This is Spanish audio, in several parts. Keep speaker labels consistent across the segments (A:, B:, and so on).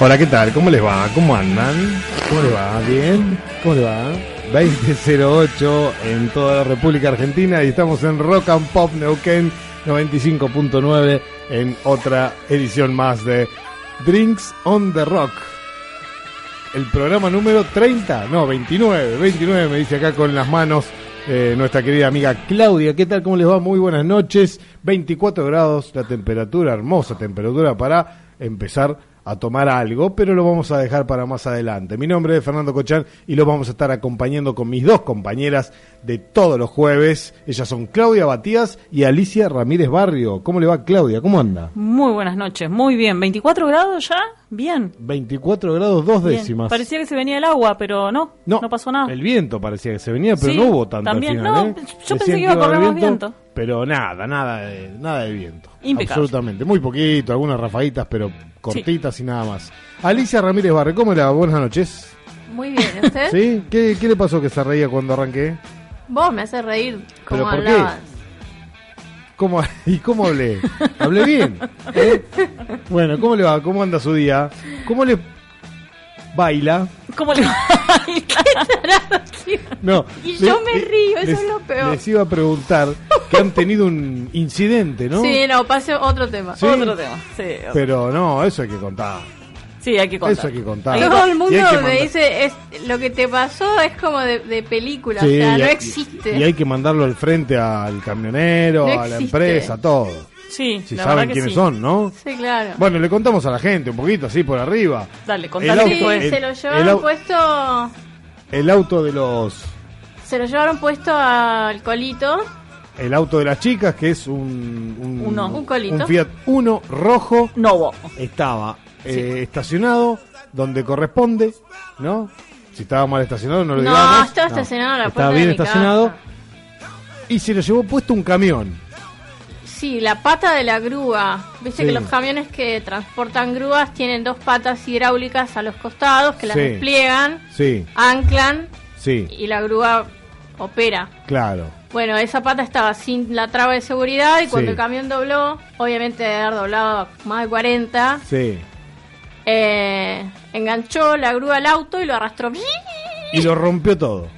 A: Hola, ¿qué tal? ¿Cómo les va? ¿Cómo andan? ¿Cómo les va? ¿Bien? ¿Cómo les va? 2008 en toda la República Argentina y estamos en Rock and Pop Neuquén 95.9 en otra edición más de Drinks on the Rock. El programa número 30, no, 29, 29 me dice acá con las manos eh, nuestra querida amiga Claudia. ¿Qué tal? ¿Cómo les va? Muy buenas noches. 24 grados, la temperatura, hermosa temperatura para empezar a tomar algo, pero lo vamos a dejar para más adelante. Mi nombre es Fernando Cochán y los vamos a estar acompañando con mis dos compañeras de todos los jueves. Ellas son Claudia Batías y Alicia Ramírez Barrio. ¿Cómo le va Claudia? ¿Cómo anda?
B: Muy buenas noches, muy bien. ¿24 grados ya? Bien.
A: 24 grados dos
B: bien.
A: décimas.
B: Parecía que se venía el agua, pero no, no, pasó nada.
A: El viento parecía que se venía, pero
B: Sí,
A: no hubo tanto al
B: también,
A: final,
B: no,
A: ¿eh?
B: yo
A: Decían
B: pensé que iba a correr más viento.
A: Pero nada, nada de, nada de viento.
B: Impecable.
A: Absolutamente. Muy poquito, algunas rafaditas, pero cortitas y nada más. Alicia Ramírez Barrio, ¿cómo le va? Buenas noches.
C: Muy bien, ¿y
B: ¿Eh?
C: ¿usted?
A: ¿Sí? ¿Qué, qué le pasó que se reía cuando arranqué?
C: Vos me haces reír
A: ¿Pero
C: como
A: por qué?
C: hablabas.
A: ¿Cómo, ¿Y cómo hablé? ¿Hablé bien? ¿Eh? Bueno, ¿cómo le va? ¿Cómo anda su día? ¿Cómo le baila?
B: ¿Cómo le
A: No.
C: Y yo me río, eso es lo peor.
A: Les iba a preguntar que han tenido un incidente, ¿no?
C: Sí, no, pase otro tema.
A: Sí.
B: Otro tema. Sí, otro.
A: Pero no, eso hay que contar.
B: Sí, hay que contar.
A: Eso hay que contar.
B: Hay que
C: Todo el
A: Y
C: mundo
A: hay que mandar-
C: me dice, es, lo que te pasó es como de, de película,
A: Sí,
C: o sea,
A: y
C: no
A: hay-
C: existe.
A: Y hay que mandarlo al frente al camionero,
C: No
A: a la
C: existe.
A: empresa, todo.
B: Sí,
A: Si
B: la
A: saben
B: verdad que
A: quiénes
B: sí.
A: son, ¿no?
C: Sí, claro.
A: Bueno, le contamos a la gente un poquito así por arriba.
B: Dale,
A: el
B: contale
A: auto-
C: sí,
B: que fue.
A: el-
C: se lo llevaron
A: el au-
C: puesto...
A: El auto de los
C: Se lo llevaron puesto al colito.
A: el auto de las chicas que es un un,
B: Uno.
C: Un colito.
A: un Fiat Uno rojo
B: No hubo.
A: estaba eh, estacionado donde corresponde, ¿no? Si estaba mal estacionado no lo
C: No,
A: digamos.
C: estaba estacionado en la
A: Estaba
C: puerta
A: bien
C: de mi
A: estacionado.
C: casa.
A: Y se lo llevó puesto un camión.
C: Sí, la pata de la grúa. Viste
A: Sí.
C: que los camiones que transportan grúas tienen dos patas hidráulicas a los costados que las
A: Sí.
C: despliegan,
A: Sí,
C: anclan
A: sí,
C: y la grúa opera.
A: claro.
C: Bueno, esa pata estaba sin la traba de seguridad y cuando
A: Sí.
C: el camión dobló, obviamente de haber doblado más de 40,
A: Sí.
C: eh, enganchó la grúa al auto y lo arrastró. Sí.
A: Y lo rompió todo.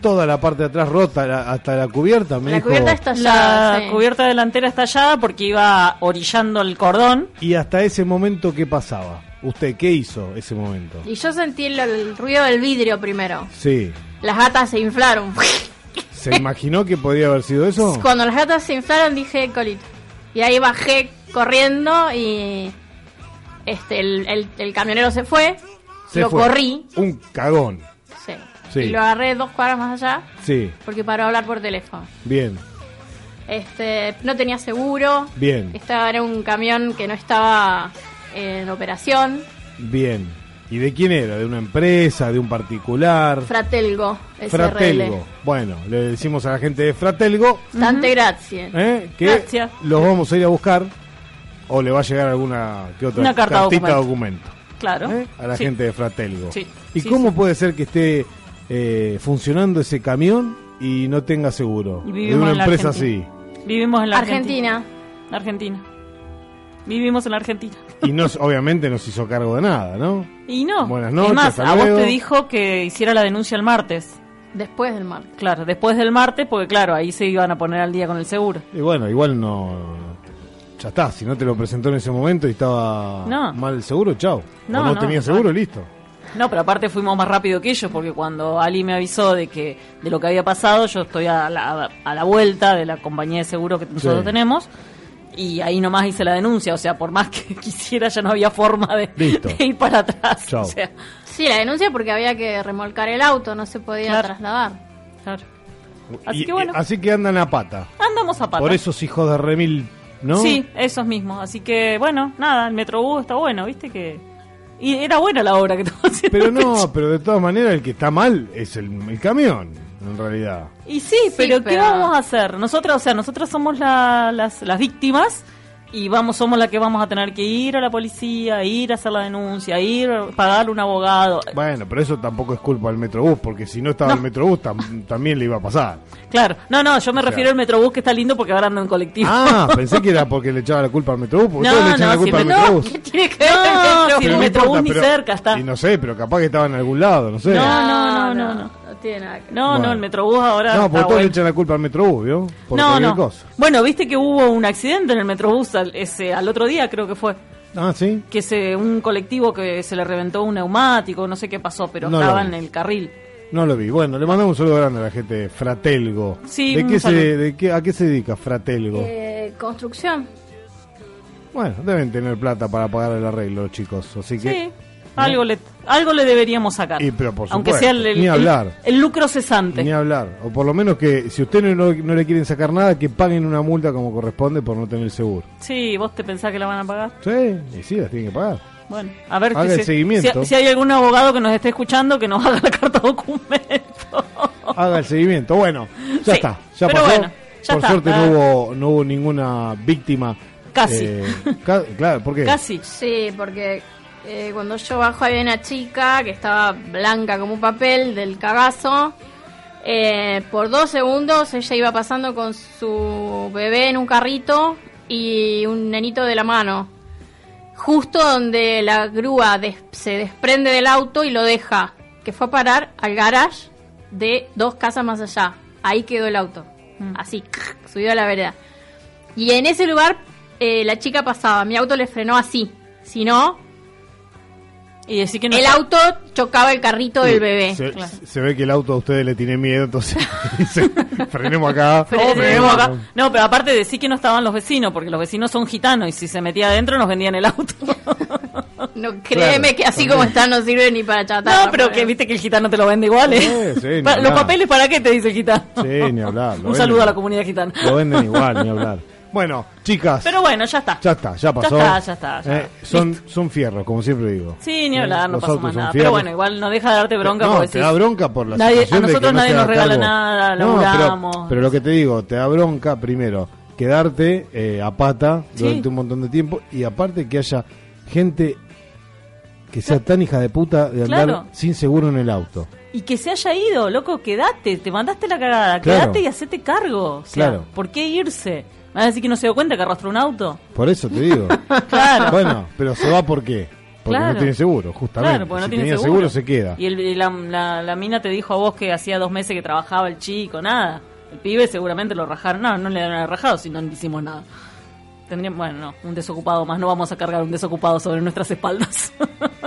A: Toda la parte de atrás rota, la- hasta la cubierta. Me
C: La
A: dijo,
C: cubierta está
B: La
C: sí.
B: cubierta delantera estallada porque iba orillando el cordón.
A: Y hasta ese momento, ¿qué pasaba? ¿Usted qué hizo ese momento?
C: Y yo sentí el, el ruido del vidrio primero.
A: Sí.
C: Las gatas se inflaron.
A: ¿Se imaginó que podría haber sido eso?
C: Cuando las gatas se inflaron dije colito. Y ahí bajé corriendo y este el, el- el camionero se fue.
A: Se
C: lo
A: fue.
C: corrí.
A: Un cagón.
C: Sí.
A: Sí.
C: Y lo agarré dos cuadras más allá
A: Sí,
C: porque paró a hablar por teléfono.
A: bien,
C: Este, no tenía seguro.
A: bien,
C: Estaba era un camión que no estaba en operación.
A: bien. ¿Y de quién era? ¿De una empresa? ¿De un particular?
C: Fratelgo, SRL.
A: Fratelgo. Bueno, le decimos a la gente de Fratelgo
C: Tante grazie.
A: ¿eh? que
B: Gracias.
A: los vamos a ir a buscar o le va a llegar alguna que otra
B: Una carta
A: cartita documento,
B: Claro.
A: ¿eh? a la
B: Sí.
A: gente de Fratelgo.
B: Sí,
A: ¿Y
B: sí,
A: cómo
B: sí.
A: puede ser que esté eh, funcionando ese camión y no tenga seguro? De
B: Y vivimos
A: una
B: en la
A: empresa así.
B: Argentina. Vivimos en la Argentina.
C: Argentina.
B: Argentina. Vivimos en la Argentina.
A: Y no, obviamente no se hizo cargo de nada, ¿no?
B: Y no.
A: Buenas noches,
B: Es más,
A: hasta
B: a vos
A: luego.
B: te dijo que hiciera la denuncia el martes.
C: Después del martes.
B: Claro, después del martes, porque claro, ahí se iban a poner al día con el seguro.
A: Y bueno, igual no. Ya está, si no te lo presentó en ese momento y estaba
B: No.
A: mal el seguro, chao. No,
B: No,
A: no,
B: no,
A: tenía
B: no.
A: seguro, listo.
B: No, pero aparte fuimos más rápido que ellos, porque cuando Ali me avisó de que de lo que había pasado, yo estoy a la, a la vuelta de la compañía de seguro que nosotros
A: Sí.
B: tenemos. Y ahí nomás hice la denuncia, o sea, por más que quisiera ya no había forma de,
A: Listo.
B: de ir para atrás.
A: Chau.
B: O sea,
C: Sí, la denuncia porque había que remolcar el auto, no se podía
B: Claro.
C: trasladar.
B: claro. Así
A: Y-
B: que bueno.
A: y- así que andan a pata.
B: Andamos a pata.
A: Por esos hijos de remil, ¿no?
B: Sí, esos mismos. Así que bueno, nada, el Metrobús está bueno, viste que... Y era buena la obra que estaba haciendo.
A: Pero no, pero de todas maneras el que está mal es el, el camión, en realidad.
B: Y sí, pero ¿qué
C: pero-
B: vamos a hacer? Nosotros, o sea, nosotros somos la- las, las víctimas y vamos somos la que vamos a tener que ir a la policía, ir a hacer la denuncia, ir a pagar un abogado.
A: Bueno, pero eso tampoco es culpa del Metrobús, porque si no estaba
B: No.
A: el Metrobús tam- también le iba a pasar.
B: Claro, no, no, yo me refiero al Metrobús que está lindo porque ahora ando en colectivo.
A: Ah, pensé que era porque le echaba la culpa al Metrobús, porque
B: No,
A: todos le echan
B: no,
A: la culpa
B: si
A: al
B: me-
A: Metrobús.
C: ¿Qué tiene que ver
B: No,
C: el metro?
B: si
A: Pero
B: el
A: no
B: Metrobús
A: importa,
B: ni
A: pero-
B: cerca está.
A: Y no sé, pero capaz que estaba en algún lado, no sé.
B: No,
C: no, no,
B: no,
C: Ah,
B: no.
C: no, no. No tiene nada que ver.
B: No,
A: Bueno.
B: no, el Metrobús ahora
A: No, porque
B: Ah, está
A: todos le
B: bueno.
A: echan la culpa al Metrobús, ¿vio? Por
B: No,
A: cualquier
B: no.
A: cosa.
B: Bueno, viste que hubo un accidente en el Metrobús al, ese, al otro día, creo que fue.
A: Ah, sí.
B: Que se, un colectivo que se le reventó un neumático, no sé qué pasó, pero
A: No lo
B: estaba
A: vi.
B: en el carril.
A: No lo vi. Bueno, le mandamos un saludo grande a la gente de Fratelgo.
B: Sí,
A: ¿De
B: un
A: qué se,
B: saludo.
A: de qué, ¿A qué se dedica Fratelgo?
C: Eh, construcción.
A: Bueno, deben tener plata para pagar el arreglo, chicos. Así que.
B: Sí, algo le, algo le deberíamos sacar.
A: Y, pero, por
B: Aunque
A: supuesto,
B: sea el, el-
A: ni
B: el-
A: hablar.
B: el lucro cesante.
A: Ni hablar. O por lo menos que si ustedes no, no le quieren sacar nada, que paguen una multa como corresponde por no tener seguro.
B: Sí, vos te pensás que la van a pagar.
A: Sí, y sí, las tienen que pagar.
B: Bueno, a ver
A: Haga
B: que
A: el
B: si-
A: seguimiento.
B: Si, si hay algún abogado que nos esté escuchando que nos haga la carta documento.
A: Haga el seguimiento. Bueno, ya
B: Sí,
A: está. Ya
B: pero
A: pasó.
B: bueno, ya
A: por
B: está.
A: suerte
B: Ah.
A: no hubo, no hubo ninguna víctima. eh,
B: Casi.
A: ca- claro, ¿por qué?
B: Casi.
C: Sí, porque eh, cuando yo bajo había una chica que estaba blanca como un papel del cagazo. Eh, por dos segundos ella iba pasando con su bebé en un carrito y un nenito de la mano. Justo donde la grúa des- se desprende del auto y lo deja, que fue a parar al garage de dos casas más allá. Ahí quedó el auto, así, subido a la vereda. Y en ese lugar eh, la chica pasaba, mi auto le frenó así. Si no,
B: Y decir que no
C: el
B: está-
C: auto chocaba el carrito del bebé.
A: Se,
B: claro.
A: se ve que el auto a ustedes le tiene miedo, entonces dice, frenemos acá.
B: No,
C: Frenemos
B: pero- No, pero aparte decir que no estaban los vecinos, porque los vecinos son gitanos y si se metía adentro nos vendían el auto.
C: No, créeme
A: Claro,
C: que así
A: también.
C: como está no sirve ni para chatarra.
B: no, pero que viste que el gitano te lo vende igual, ¿eh?
A: Sí, sí, ni
B: Pa- ¿Los
A: hablar.
B: papeles para qué te dice el gitano?
A: Sí, ni hablar, lo
B: Un
A: venden.
B: saludo a la comunidad gitana.
A: Lo venden igual, ni hablar. Bueno, chicas,
B: Pero bueno, ya está.
A: ya está, ya pasó.
B: Ya está, ya está. ya.
A: Eh, son, son fierros, como siempre digo.
B: Sí, ni
A: Eh,
B: hablar, no
A: los
B: pasó
A: autos
B: más
A: son
B: nada.
A: fierros.
B: Pero bueno, igual no deja de darte bronca
A: no,
B: porque
A: te
B: decís,
A: da bronca por la
B: nadie-
A: situación de
B: A
A: que
B: nosotros
A: no se
B: nadie nos
A: haga
B: regala
A: cargo.
B: nada,
A: No, pero-
B: laburamos.
A: pero, lo que te digo, te da bronca primero quedarte eh, a pata
B: Sí.
A: durante un montón de tiempo y aparte que haya gente que sea tan hija de puta de andar
B: Claro.
A: sin seguro en el auto.
B: Y que se haya ido, loco, quedate, te mandaste la cagada,
A: Claro.
B: quedate y hacete cargo. O sea,
A: Claro.
B: ¿por qué irse? ¿Me vas a decir que no se dio cuenta que arrastró un auto?
A: Por eso te digo.
B: Claro.
A: Bueno, pero se va por qué? Porque
B: Claro.
A: no tiene seguro, justamente.
B: Claro, porque no
A: si
B: tiene
A: tenía
B: seguro.
A: seguro se queda.
B: Y, el- y la, la- la mina te dijo a vos que hacía dos meses que trabajaba el chico, nada. El pibe seguramente lo rajaron. No, no le han rajado si no hicimos nada. Tendríamos, bueno, no, un desocupado más. No vamos a cargar un desocupado sobre nuestras espaldas.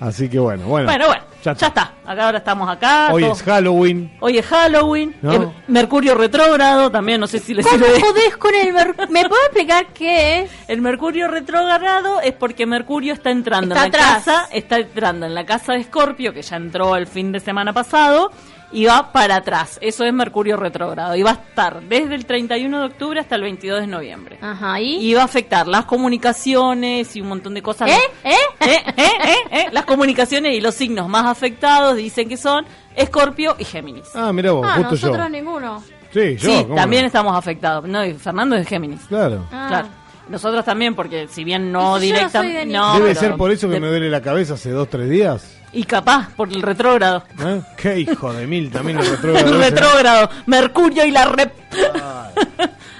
A: Así que bueno, bueno.
B: bueno, bueno, ya,
A: Ya está.
B: está. Acá ahora estamos acá.
A: Hoy
B: todo-
A: es Halloween.
B: Hoy es Halloween.
A: No.
B: Eh, Mercurio retrógrado también, no sé si le
C: ¿Cómo
B: sirve.
C: jodés con el mer- ¿Me puedo explicar qué es?
B: El Mercurio retrógrado es porque Mercurio está entrando
C: Está
B: en la
C: atrás.
B: casa, está entrando en la casa de Escorpio, que ya entró el fin de semana pasado, y va para atrás. Eso es Mercurio retrógrado. Y va a estar desde el 31 de octubre hasta el 22 de noviembre.
C: Ajá, Ah, ¿y?
B: Y va a afectar las comunicaciones y un montón de cosas.
C: ¿Eh? ¿Eh?
B: Eh, eh, eh, eh. Las comunicaciones y los signos más afectados dicen que son Escorpio y Géminis.
A: Ah, mira vos,
C: Ah,
A: justo
C: nosotros
A: yo.
C: ninguno.
A: Sí, yo.
B: sí,
A: ¿cómo
B: también
A: no?
B: estamos afectados. No, y Fernando es de Géminis.
A: Claro.
C: Ah.
B: Claro. Nosotros también, porque si bien no
C: Y si yo no soy
B: directamente.
C: de
B: No,
A: Debe
B: pero-
A: ser por eso que
B: de-
A: me duele la cabeza hace dos, tres días.
B: Y capaz, por el retrógrado.
A: ¿Eh? Qué hijo de mil también el retrógrado.
B: El
A: ese.
B: retrógrado, Mercurio y la rep.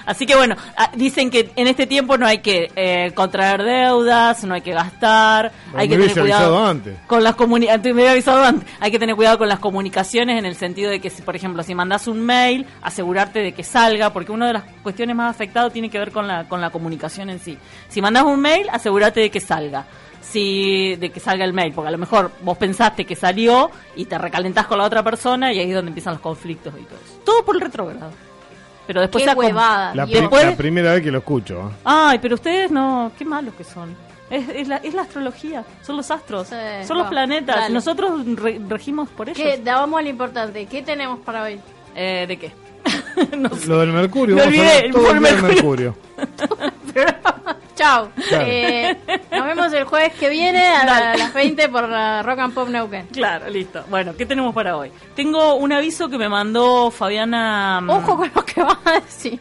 B: Así que bueno, ah, dicen que en este tiempo no hay que eh, contraer deudas, no hay que gastar,
A: Pero
B: hay
A: me
B: que tener
A: hubiese avisado
B: cuidado
A: antes.
B: con las comunicaciones. Me había avisado antes. Hay que tener cuidado con las comunicaciones en el sentido de que, si, por ejemplo, si mandas un mail, asegurarte de que salga, porque una de las cuestiones más afectadas tiene que ver con la, con la comunicación en sí. Si mandas un mail, asegúrate de que salga. Si, de que salga el mail, porque a lo mejor vos pensaste que salió y te recalentás con la otra persona y ahí es donde empiezan los conflictos y todo eso. Todo por el retrógrado. Pero después
C: qué
B: se acom-
C: huevada.
A: La,
C: Dios.
A: pri-
B: Después-
A: la primera vez que lo escucho. ¿eh?
B: Ay, pero ustedes no, qué malos que son. Es, es la, es la astrología, son los astros,
C: Sí,
B: son
C: va,
B: los planetas.
C: dale.
B: Nosotros re- regimos por ellos.
C: ¿Qué? Da, Vamos a lo importante. ¿Qué tenemos para hoy?
B: Eh, ¿De qué? no sé.
A: Lo del mercurio.
B: Me
A: vamos a
B: olvidé,
A: hablar todo
B: por
A: el día del
B: mercurio.
A: mercurio.
C: Chao.
A: Claro.
C: Eh, nos vemos el jueves que viene a la- a las 20 por la Rock and Pop Neuquén.
B: Claro, listo. Bueno, ¿qué tenemos para hoy? Tengo un aviso que me mandó Fabiana.
C: Ojo con lo que vas a decir.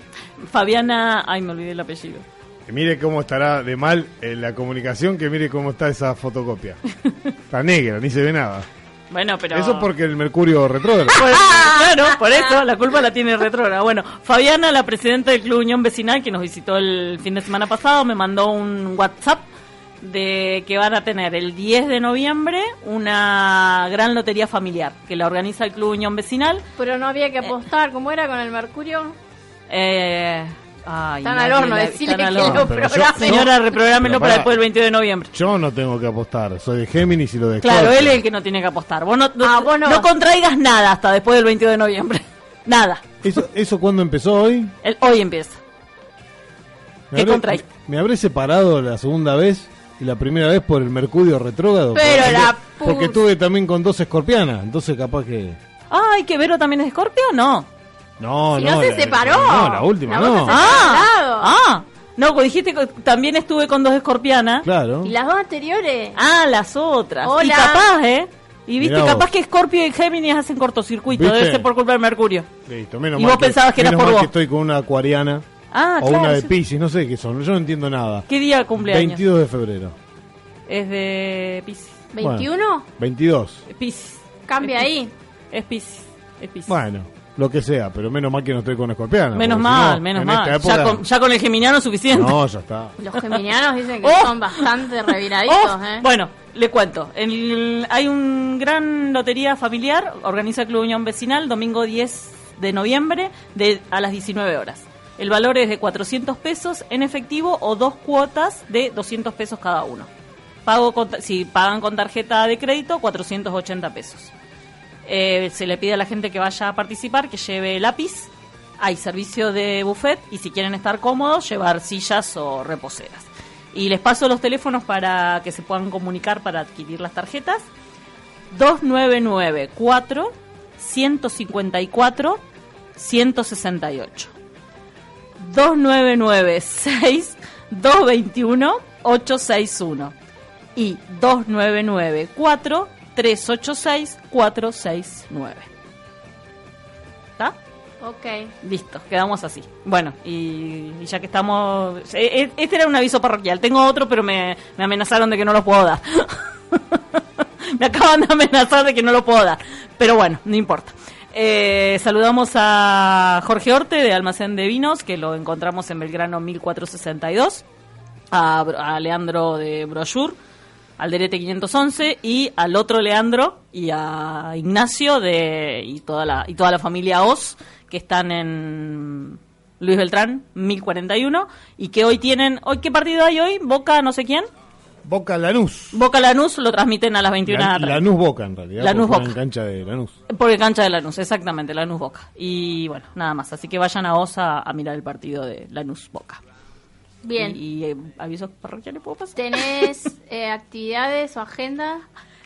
B: Fabiana. Ay, me olvidé el apellido.
A: Que mire cómo estará de mal eh, la comunicación, que mire cómo está esa fotocopia. Está negra, ni se ve nada.
B: Bueno, pero...
A: Eso porque el mercurio retrógrado.
B: Por- Pues, claro, por eso la culpa la tiene Retrora. Bueno, Fabiana, la presidenta del Club Unión Vecinal, que nos visitó el fin de semana pasado, me mandó un WhatsApp de que van a tener el 10 de noviembre una gran lotería familiar que la organiza el Club Unión Vecinal.
C: Pero no había que apostar, ¿cómo era con el mercurio?
B: Eh, ay,
C: Están
B: nadie
C: al horno,
B: la-
C: decirle
B: están
C: que
B: al
C: lo
B: horno.
A: No, pero yo-
C: programen.
B: Señora,
A: Pero
B: reprográmelo para
A: pará.
B: después del 22 de noviembre.
A: Yo no tengo que apostar, soy de Géminis y lo de
B: Claro,
A: Escorpio.
B: él es el que no tiene que apostar. Vos no,
C: Ah,
B: no,
C: vos no.
B: no contraigas nada hasta después del 22 de noviembre. Nada.
A: ¿Eso, ¿Eso cuándo empezó hoy?
B: El- hoy empieza.
A: Me
B: ¿Qué
A: habré-
B: contraí?
A: Me habré separado la segunda vez y la primera vez por el mercurio retrógrado.
C: Pero
A: porque,
C: la pus-
A: Porque estuve también con dos escorpianas, entonces capaz que...
B: Ay, que Vero también es Escorpio, no.
A: No,
C: Si
A: no.
C: no se
A: la-
C: separó.
A: No, la última,
C: La vos
A: no.
C: te separaste. Separado.
B: ah, no, pues dijiste que también estuve con dos escorpianas.
A: Claro.
C: ¿Y las dos anteriores?
B: Ah, las otras.
C: Hola.
B: Y capaz, ¿eh? Y viste,
A: Mirá vos.
B: capaz que Escorpio y Géminis hacen cortocircuito,
A: ¿Viste?
B: debe ser por culpa de Mercurio.
A: Listo, menos
B: Y
A: mal
B: vos pensabas que era
A: menos
B: por
A: mal
B: vos.
A: que estoy con una acuariana
B: Ah,
A: o
B: claro.
A: una de
B: sí.
A: Pisces, no sé qué son, yo no entiendo nada.
B: ¿Qué día cumple años?
A: 22 de febrero.
B: Es de Pisces.
C: ¿21?
A: 22.
B: Es Pisces.
C: Cambia
B: Es
C: ahí.
B: Piscis. Es Pisces. Es Piscis.
A: Bueno, lo que sea, pero menos mal que no estoy con escorpiana.
B: menos
A: porque si
B: mal,
A: no,
B: menos
A: en
B: mal.
A: esta época-
B: Ya, con, ya con el geminiano es suficiente.
A: No, ya está.
C: Los geminianos dicen que
B: Oh.
C: son bastante reviraditos,
B: Oh,
C: ¿eh?
B: Bueno, le cuento. El- hay un gran lotería familiar, organiza el Club Unión Vecinal, domingo 10 de noviembre de, a las 19 horas. El valor es de 400 pesos en efectivo o dos cuotas de 200 pesos cada uno. Pago con ta- si pagan con tarjeta de crédito, 480 pesos. Eh, se le pide a la gente que vaya a participar que lleve lápiz. Hay servicio de buffet y si quieren estar cómodos, llevar sillas o reposeras. Y les paso los teléfonos para que se puedan comunicar para adquirir las tarjetas. 2994 154 168. 2996 221 861 y 2994 386 469. ¿Está?
C: Ok.
B: Listo, quedamos así. Bueno, y, y ya que estamos... e- e- Este era un aviso parroquial. Tengo otro, pero me, me amenazaron de que no lo puedo dar. me acaban de amenazar de que no lo puedo dar. Pero bueno, no importa. Eh, saludamos a Jorge Orte de Almacén de Vinos, que lo encontramos en Belgrano 1462. A, Bro- a Leandro de Brochure, al Derete 511 y al otro Leandro y a Ignacio de y toda la y toda la familia Oz que están en Luis Beltrán 1041 y que hoy tienen hoy qué partido hay hoy Boca no sé quién
A: Boca Lanús.
B: Boca Lanús lo transmiten a las 21
A: La-
B: horas
A: Lanús Boca, en realidad.
B: Lanús
A: porque juegan
B: Boca.
A: en cancha de Lanús.
B: Porque cancha de Lanús, exactamente, Lanús Boca. Y bueno, nada más. Así que vayan a Oz a, a mirar el partido de Lanús Boca.
C: Bien.
B: Y, y, eh, avisos parroquiales, ¿puedo pasar?
C: ¿Tenés eh, actividades o agenda?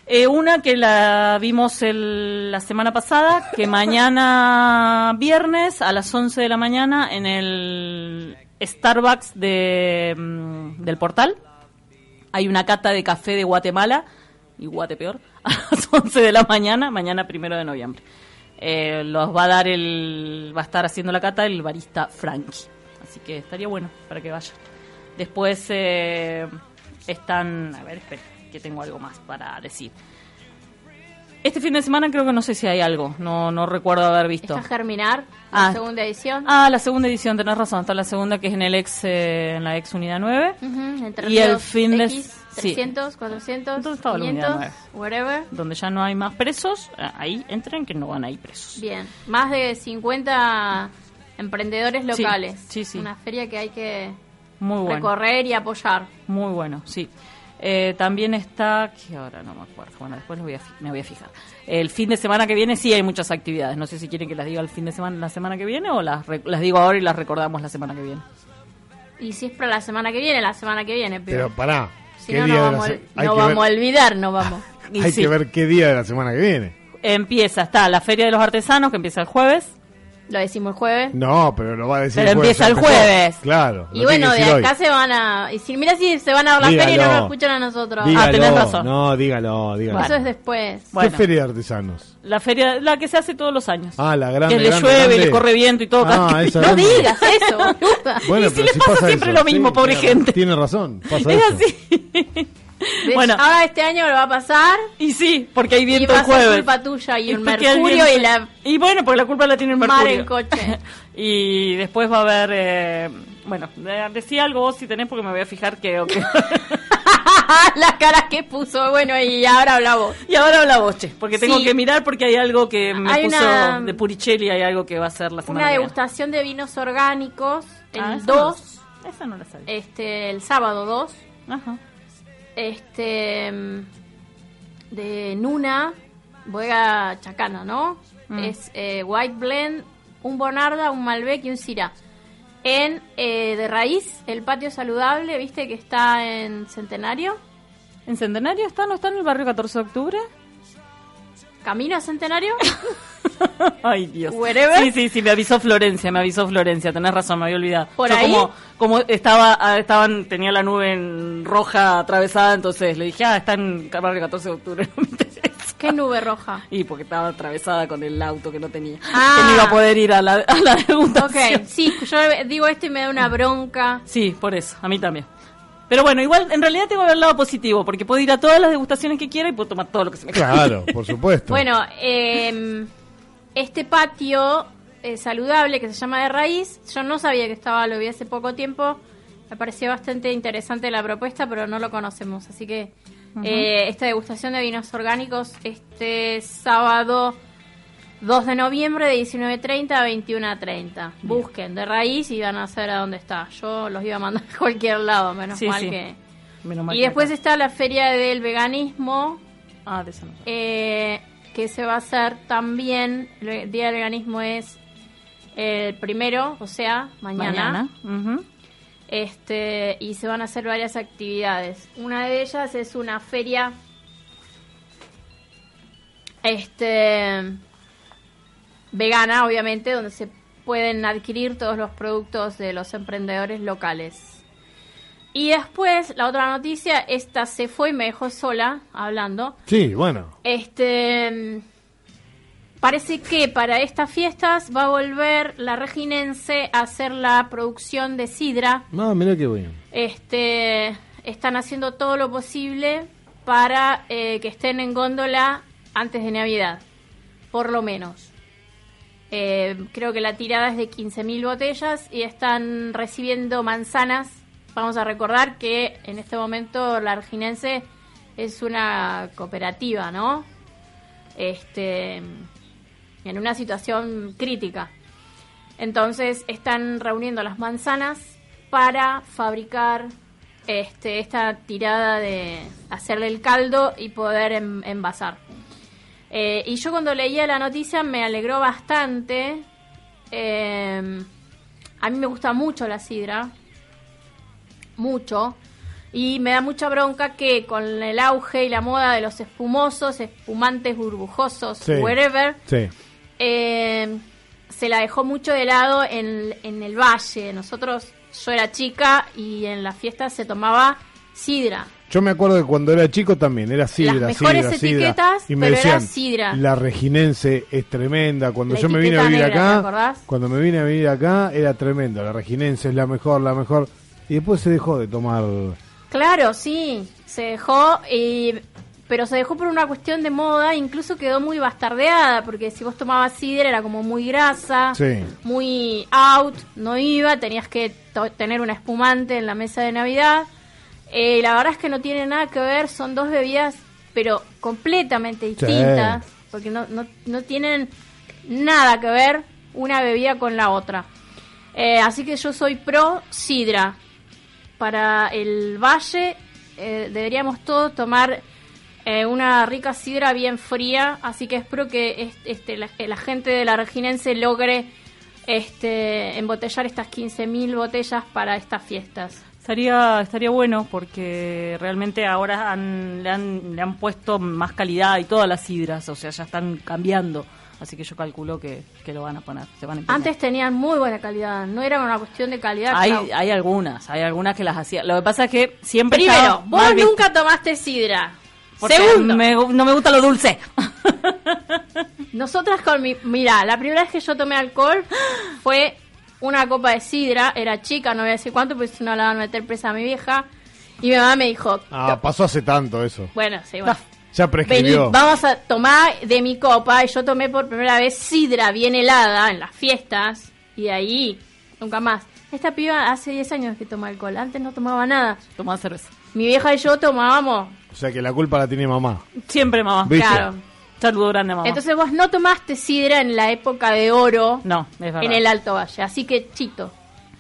B: Eh, una que la vimos el- la semana pasada, que mañana viernes a las 11 de la mañana en el Starbucks de, mm, del portal hay una cata de café de Guatemala, y Guatepeor, a las 11 de la mañana, mañana primero de noviembre. Eh, los va a dar el, va a estar haciendo la cata el barista Frankie. Así que estaría bueno para que vayan. Después eh, están, a ver, espera, que tengo algo más para decir. Este fin de semana creo que no sé si hay algo, no, no recuerdo haber visto.
C: ¿Está Germinar? La
B: Ah.
C: segunda edición.
B: Ah, la segunda edición, tenés razón, está la segunda que es en el ex, eh, en la ex unidad 9.
C: Ujú, entre
B: Y el
C: ríos,
B: fin de-
C: X,
B: sí.
C: 300, 400,
B: Entonces estaba la unidad
C: 500, whatever.
B: donde ya no hay más presos, ah, ahí entren que no van a ir presos.
C: Bien. Más de 50 emprendedores
B: Sí,
C: locales.
B: sí, sí.
C: Una feria que hay que
B: Muy bueno.
C: recorrer y apoyar.
B: Muy bueno, sí. Eh, también está, que ahora no me acuerdo, bueno, después lo voy a fi- me voy a fijar. El fin de semana que viene sí hay muchas actividades, no sé si quieren que las diga el fin de semana, la semana que viene o las, re- las digo ahora y las recordamos la semana que viene.
C: Y si es para la semana que viene, la semana que viene. pibe.
A: Pero pará.
C: si
A: ¿qué
C: no,
A: día
C: no
A: de la
C: vamos, a-
A: se- hay
C: no
A: que ver-
C: vamos a olvidar, no vamos.
B: Y
A: Hay
B: sí.
A: que ver qué día de la semana que viene.
B: Empieza, está la Feria de los Artesanos que empieza el jueves,
C: Lo decimos el jueves.
A: No, pero lo va a decir.
B: Pero
A: jueves,
B: empieza
A: ya
B: el
A: empezó.
B: jueves.
A: Claro.
C: Y
A: lo
C: bueno,
A: tiene
C: de
A: que decir
C: acá
A: hoy.
C: se van a. Y si, mira si se van a la feria y no nos
A: Dígalo.
C: escuchan a nosotros.
B: Diga-
A: Dígalo.
B: Ah, tenés razón.
A: No, dígalo, dígalo.
C: Eso es después.
A: ¿Qué
B: Bueno,
A: feria de artesanos?
B: la feria, la que se hace todos los años.
A: Ah, la grande.
B: que le
A: grande,
B: llueve,
A: grande.
B: le corre viento y todo.
A: Ah, esa
C: No
A: grande.
C: digas eso, boluda.
B: Y si le pasa siempre lo mismo, pobre
A: tiene-
B: gente.
A: Tiene razón, pasa
B: es
A: eso.
B: así.
C: ¿Ves?
B: Bueno.
C: Ahora este año lo va a pasar.
B: y sí, porque hay
C: Y
B: viento
C: va
B: el
C: a ser
B: jueves.
C: culpa tuya y el
B: después queda
C: mercurio y
B: viento.
C: la
B: Y bueno, porque la culpa la tiene el mercurio.
C: mar en coche.
B: Y después va a haber... eh, bueno, eh, decí algo vos si tenés porque me voy a fijar que... o que-
C: la cara que puso. Bueno, y ahora habla vos.
B: y ahora habla vos, che, porque tengo
C: Sí.
B: que mirar porque hay algo que me
C: Hay
B: puso
C: una-
B: de Puricelli, hay algo que va a ser la semana
C: Una
B: que viene.
C: degustación de vinos orgánicos. El
B: Ah, esa no la
C: 2,
B: sabía. Esa no la sabía.
C: este, el sábado 2.
B: Eh, Ajá.
C: Este. mm, De Nuna, Bodega Chacana, ¿no?
B: Mm.
C: Es eh, White Blend, un Bonarda, un Malbec y un Syrah. En eh, De Raíz, el patio saludable, viste que está en Centenario.
B: ¿En Centenario está? ¿No está en el barrio 14 de octubre?
C: Camino a Centenario.
B: Ay, Dios.
C: Wherever.
B: Sí, sí, sí, me avisó Florencia, me avisó Florencia, tenés razón, me había olvidado.
C: ¿Por
B: Yo
C: ahí?
B: Como, como estaba, ah, estaban, tenía la nube en roja atravesada, entonces le dije, ah, está en barrio 14 de octubre, no me interesa.
C: Qué nube roja.
B: Y porque estaba atravesada con el auto que no tenía.
C: Ah.
B: Que no iba a poder ir a la, a la degustación.
C: Ok, sí, yo digo esto y me da una bronca.
B: Sí, por eso, a mí también. Pero bueno, igual, en realidad tengo que ver el lado positivo, porque puedo ir a todas las degustaciones que quiera y puedo tomar todo lo que se me cante.
A: Claro, por supuesto.
C: Bueno, eh, este patio eh, saludable que se llama de raíz, yo no sabía que estaba, lo vi hace poco tiempo. Me pareció bastante interesante la propuesta, pero no lo conocemos. Así que eh, esta degustación de vinos orgánicos este sábado 2 de noviembre de 19.30 a 21.30. Busquen de raíz y van a saber a dónde está. Yo los iba a mandar a cualquier lado, menos
B: Sí,
C: mal
B: sí.
C: que...
B: Menos mal
C: Y
B: que
C: después
B: acá.
C: está la feria del veganismo,
B: Ah, de esa no.
C: eh, que se va a hacer también, el Día del Organismo es el primero, o sea, mañana,
B: Mañana. Ujú.
C: Este, y se van a hacer varias actividades. Una de ellas es una feria este vegana, obviamente, donde se pueden adquirir todos los productos de los emprendedores locales. Y después, la otra noticia, esta se fue y me dejó sola hablando.
A: Sí, bueno.
C: Este. mm, Parece que para estas fiestas va a volver la Reginense a hacer la producción de sidra.
A: No, mirá qué bueno.
C: Este, están haciendo todo lo posible para eh, que estén en góndola antes de Navidad, por lo menos. Eh, creo que la tirada es de 15.000 botellas y están recibiendo manzanas. Vamos a recordar que en este momento la Arginense es una cooperativa, ¿no? Este, en una situación crítica. Entonces están reuniendo las manzanas para fabricar este, esta tirada de hacerle el caldo y poder en- envasar. Eh, y yo cuando leía la noticia me alegró bastante. Eh, a mí me gusta mucho la sidra, mucho. Y me da mucha bronca que con el auge y la moda de los espumosos, espumantes burbujosos,
A: Sí.
C: wherever,
A: Sí.
C: eh, se la dejó mucho de lado en, en el valle. Nosotros, yo era chica y en las fiestas se tomaba sidra.
A: Yo me acuerdo que cuando era chico también, era sidra,
C: mejores
A: sidra, sidra.
C: etiquetas,
A: y me
C: pero era
A: decían,
C: sidra.
A: la reginense es tremenda. Cuando
C: La
A: yo me vine a
C: etiqueta
A: vivir
C: negra, ¿te
A: acá,
C: acordás?
A: cuando me vine a vivir acá, era tremendo. La reginense es la mejor, la mejor. Y después se dejó de tomar.
C: Claro, sí, se dejó, y- pero se dejó por una cuestión de moda, incluso quedó muy bastardeada, porque si vos tomabas sidra era como muy grasa,
A: Sí.
C: muy out, no iba, tenías que to- tener un espumante en la mesa de Navidad. Eh, la verdad es que no tiene nada que ver, son dos bebidas, pero completamente distintas, porque no, no, no tienen nada que ver una bebida con la otra. Eh, así que yo soy pro sidra, para el valle eh, deberíamos todos tomar eh, una rica sidra bien fría, así que espero que es- este, la, que la gente de la reginense logre este, embotellar estas 15.000 botellas para estas fiestas.
B: Estaría, estaría bueno porque realmente ahora han- le, han, le han puesto más calidad y todas las sidras, o sea, ya están cambiando. Así que yo calculo que, que lo van a poner. Se van a implementar.
C: Antes tenían muy buena calidad, no era una cuestión de calidad.
B: hay,
C: Clau.
B: hay algunas, hay algunas que las hacía. Lo que pasa es que siempre.
C: Primero,
B: estaba
C: vos
B: mal visto.
C: nunca tomaste sidra.
B: Porque
C: Segundo,
B: me gu- no me gusta lo dulce.
C: nosotras con mi. Mirá, la primera vez que yo tomé alcohol fue una copa de sidra. Era chica, no voy a decir cuánto, porque si no la van a meter presa a mi vieja. Y mi mamá me dijo.
A: Ah, pasó hace tanto eso.
C: Bueno, sí, bueno.
A: Ya
C: Vení,
A: prescribió.
C: vamos a tomar de mi copa. Y yo tomé por primera vez sidra bien helada en las fiestas. Y de ahí, nunca más. Esta piba hace 10 años que toma alcohol. Antes no tomaba nada.
B: Tomaba cerveza.
C: Mi vieja y yo tomábamos.
A: O sea que la culpa la tiene mamá.
B: Siempre, mamá.
A: ¿Viste?
C: Ah, Claro.
B: Saludo grande, mamá.
C: Entonces vos no tomaste sidra en la época de oro
B: no, es verdad.
C: en el Alto Valle. Así que, chito.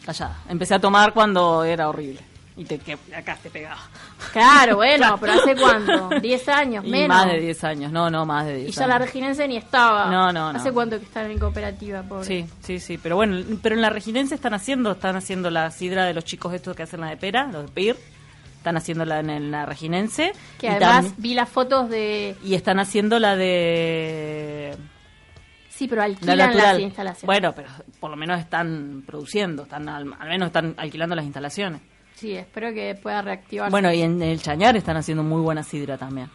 B: Callada. Empecé a tomar cuando era horrible. Y te, que acá te pegaba.
C: Claro, bueno, pero ¿hace cuánto? ¿10 años?
B: Y
C: menos.
B: más de 10 años. No, no, más de 10
C: Y
B: años.
C: ya la reginense ni estaba.
B: No, no, no.
C: ¿Hace cuánto que están en cooperativa, pobre?
B: Sí, sí, sí, pero bueno, pero en la regidencia están haciendo, están haciendo la sidra de los chicos estos que hacen la de pera, los de PIR, están haciendo la en, el- la reginense
C: Que
B: y,
C: además
B: tam-
C: vi las fotos de...
B: y están haciendo la de
C: Sí, pero
B: la
C: alquilan las
B: natural.
C: instalaciones.
B: Bueno, pero por lo menos están produciendo, están al, al menos están alquilando las instalaciones.
C: Sí, espero que pueda reactivarse.
B: Bueno, y en el Chañar están haciendo muy buena sidra también.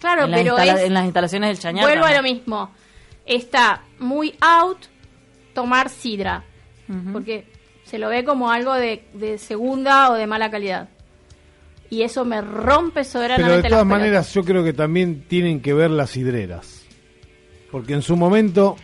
C: claro,
B: en, las
C: pero
B: instala-
C: es...
B: en las instalaciones del Chañar.
C: Vuelvo a lo
B: también.
C: mismo. Está muy out tomar sidra.
B: Ujú.
C: Porque se lo ve como algo de, de segunda o de mala calidad. Y eso me rompe soberanamente
A: Pero de
C: las
A: todas
C: pelotas.
A: maneras yo creo que también tienen que ver las hidreras. Porque en su momento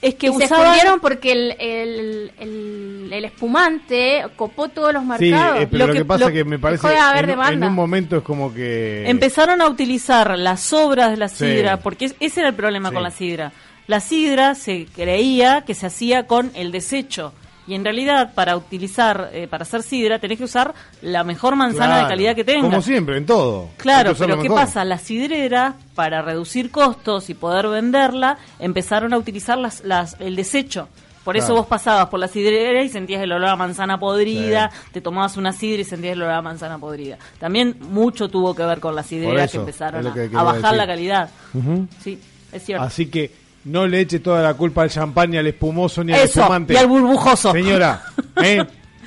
B: Es que
C: Y se
B: usaban-
C: escondieron porque el, el, el- el espumante copó todos los
A: Sí,
C: mercados.
A: eh, pero
B: Lo
A: lo que,
B: que-
A: pasa
B: lo-
A: es que me parece
C: dejó de haber
A: en, en
C: demanda.
A: un momento es como que
B: Empezaron a utilizar las obras de la
A: Eh, Sí.
B: sidra, porque es- ese era el problema
A: Sí.
B: con la sidra. La sidra se creía que se hacía con el desecho. Y en realidad, para utilizar, eh, para hacer sidra, tenés que usar la mejor manzana
A: Claro,
B: de calidad que tengas.
A: Como siempre, en todo.
B: Claro,
A: Hay que usar
B: pero
A: lo
B: ¿qué
A: mejor.
B: pasa? Las sidreras, para reducir costos y poder venderla, empezaron a utilizar las, las, el desecho. Por eso
A: Claro.
B: vos pasabas por la sidrera y sentías el olor a manzana podrida,
A: Sí.
B: te tomabas una sidra y sentías el olor a manzana podrida. También mucho tuvo que ver con las sidreras
A: eso,
B: que
A: es
B: empezaron
A: lo
B: a,
A: que
B: a
A: quería
B: bajar
A: decir.
B: la calidad.
A: Ujú.
B: Sí, es cierto.
A: Así que no le eche toda la culpa al champán, ni al espumoso, ni al
B: eso,
A: espumante.
B: y al burbujoso.
A: Señora, ¿eh?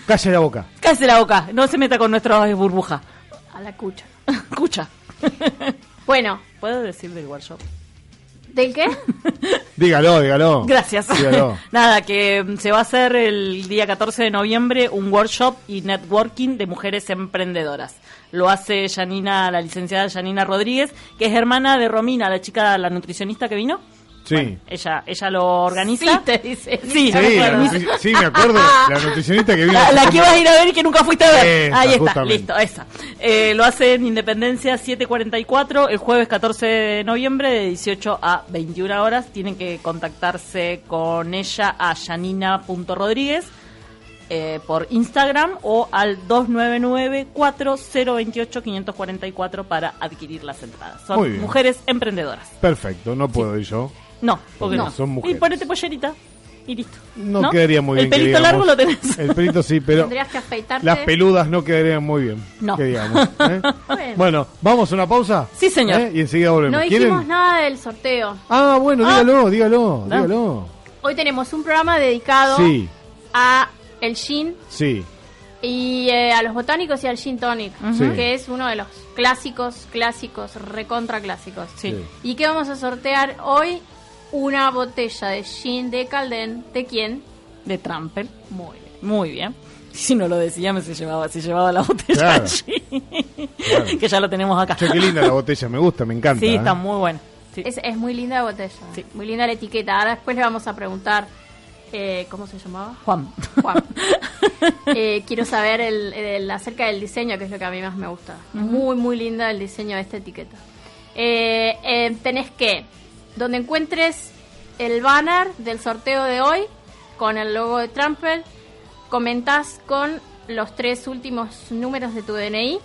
A: calle la boca.
B: Cállese la boca, no se meta con nuestras burbujas.
C: A la cucha.
B: Escucha.
C: Bueno,
B: ¿Puedo decir del workshop?
C: ¿del qué?
A: Dígalo, dígalo.
B: Gracias.
A: Dígalo.
B: Nada, que mm, se va a hacer el día 14 de noviembre un workshop y networking de mujeres emprendedoras. Lo hace Janina, la licenciada Janina Rodríguez, que es hermana de Romina, la chica, la nutricionista que vino.
A: Sí.
B: Ella, ella lo organiza.
C: Sí, te dice.
A: Sí,
B: Sí,
A: la
B: claro.
A: nutrici- sí, me acuerdo. La nutricionista que vino.
B: La, la que vas a ir a ver y que nunca fuiste a ver.
A: Esa,
B: Ahí está,
A: justamente.
B: listo, esa. Eh, lo hace en Independencia 744 el jueves 14 de noviembre de 18 a 21 horas. Tienen que contactarse con ella a yanina.rodríguez eh, por Instagram o al 299-4028-544 para adquirir las entradas.
A: Muy
B: Son
A: bien.
B: mujeres emprendedoras.
A: Perfecto, no puedo ir yo.
B: No, porque no.
A: No, son mujeres.
B: Y ponete pollerita y listo.
A: No, quedaría muy bien.
B: El
A: que
B: pelito largo
A: digamos.
B: lo tenés.
A: El pelito sí, pero
C: Tendrías que afeitarte.
A: las peludas no quedarían muy bien.
B: No.
A: que digamos, ¿eh?
C: Bueno.
A: Bueno, ¿vamos a una pausa?
B: Sí, señor.
A: ¿Eh? Y enseguida volvemos.
C: No
A: ¿Quieren?
C: dijimos nada del sorteo.
A: Ah, bueno,
B: Ah.
A: dígalo, dígalo,
B: No.
A: dígalo.
C: Hoy tenemos un programa dedicado
A: Sí,
C: a el gin
A: sí.
C: y eh, a los botánicos y al gin tonic,
A: Sí.
C: que es uno de los clásicos, clásicos, recontra clásicos.
B: Sí.
A: Sí.
C: ¿Y qué vamos a sortear hoy? Una botella de gin de Calden. ¿De quién?
B: De Trampel.
C: Muy bien.
B: Muy bien. Si no lo decía, me se llevaba, se llevaba la botella
A: Claro.
B: allí.
A: Claro.
B: que ya lo tenemos acá.
A: Che, qué linda la botella, me gusta, me encanta.
B: sí,
A: ¿eh?
B: está muy bueno. Sí.
C: Es, es muy linda la botella,
B: Sí.
C: muy linda la etiqueta. Ahora después le vamos a preguntar, eh, ¿cómo se llamaba?
B: Juan.
C: Juan. Eh, quiero saber el, el- acerca del diseño, que es lo que a mí más me gusta. Muy, muy linda el diseño de esta etiqueta. Eh, eh, tenés que, donde encuentres el banner del sorteo de hoy, con el logo de Trample, comentás con los tres últimos números de tu DNI.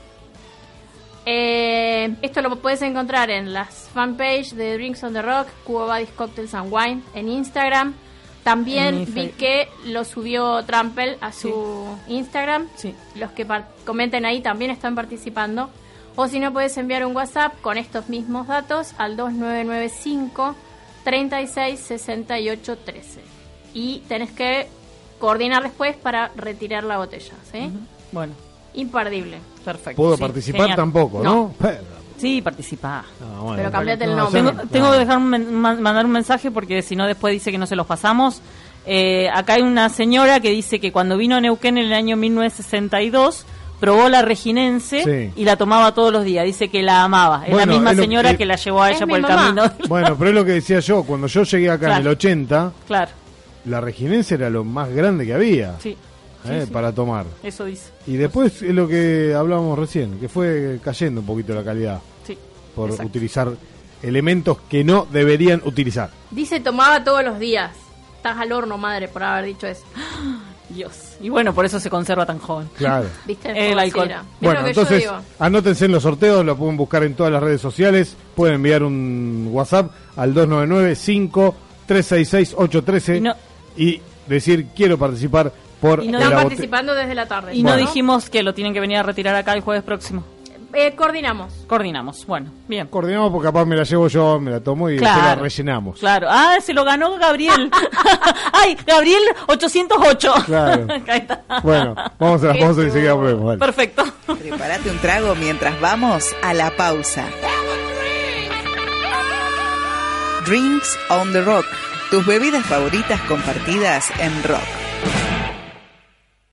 C: Eh, esto lo puedes encontrar en las fanpage de Drinks on the Rock, Cubo Buddies Cocktails and Wine, en Instagram. También
B: En
C: vi
B: Instagram.
C: que lo subió Trampel a su Instagram.
B: Sí.
C: Los que par- comenten ahí también están participando. O si no, puedes enviar un WhatsApp con estos mismos datos al 2995 36 68 13. Y tenés que coordinar después para retirar la botella, ¿sí?
B: Ujú. Bueno,
C: imperdible.
B: perfecto.
A: Puedo
B: sí,
A: participar
B: genial.
A: tampoco, ¿no?
B: Sí, participá.
A: Ah, bueno,
C: Pero cambiate el
A: no,
C: nombre.
A: ya
B: Tengo,
A: no-
B: tengo
A: ah.
B: que dejar un men- man- mandar un mensaje porque si no después dice que no se los pasamos. Eh, acá hay una señora que dice que cuando vino a Neuquén en el año 1962 probó la reginense
A: Sí.
B: y la tomaba todos los días. Dice que la amaba. Es
A: Bueno,
B: la misma
A: es lo que-
B: señora que la llevó a
C: Es
B: ella
C: mi
B: por el
C: mamá.
B: camino.
A: Bueno, pero es lo que decía yo, cuando yo llegué acá en el
B: Claro.
A: 80,
B: claro,
A: la reginencia era lo más grande que había
B: sí,
A: ¿eh? para tomar.
B: eso dice.
A: Y después es lo que hablábamos recién, que fue cayendo un poquito la calidad
B: Sí,
A: por
B: exacto.
A: utilizar elementos que no deberían utilizar.
C: Dice tomaba todos los días. Estás al horno, madre, por haber dicho eso.
B: Dios. Y bueno, por eso se conserva tan joven.
A: Claro.
C: ¿Viste?
B: El alcohol.
C: Era. ¿Viste
A: Bueno,
C: lo que yo
A: entonces
C: digo?
A: anótense en los sorteos, lo pueden buscar en todas las redes sociales, pueden enviar un WhatsApp al 299-5366813 y,
B: Y no-
A: decir quiero participar por
B: Y no-
A: la
C: Están
A: bote-
C: participando desde la tarde.
B: Y
A: Bueno.
B: no dijimos que lo tienen que venir a retirar acá el jueves próximo.
C: Eh, coordinamos.
B: Coordinamos. Bueno, bien.
A: Coordinamos porque capaz me la llevo yo, me la tomo y
B: Claro.
A: se la rellenamos.
B: Claro. Ah, se lo ganó Gabriel. Ay, Gabriel 808.
A: Claro.
B: Acá está.
A: Bueno, vamos a la
C: Qué
A: pausa y enseguida
C: chulo.
A: volvemos. dale.
B: Perfecto.
D: Prepárate un trago mientras vamos a la pausa. Drinks on the Rock. Tus bebidas favoritas compartidas en rock.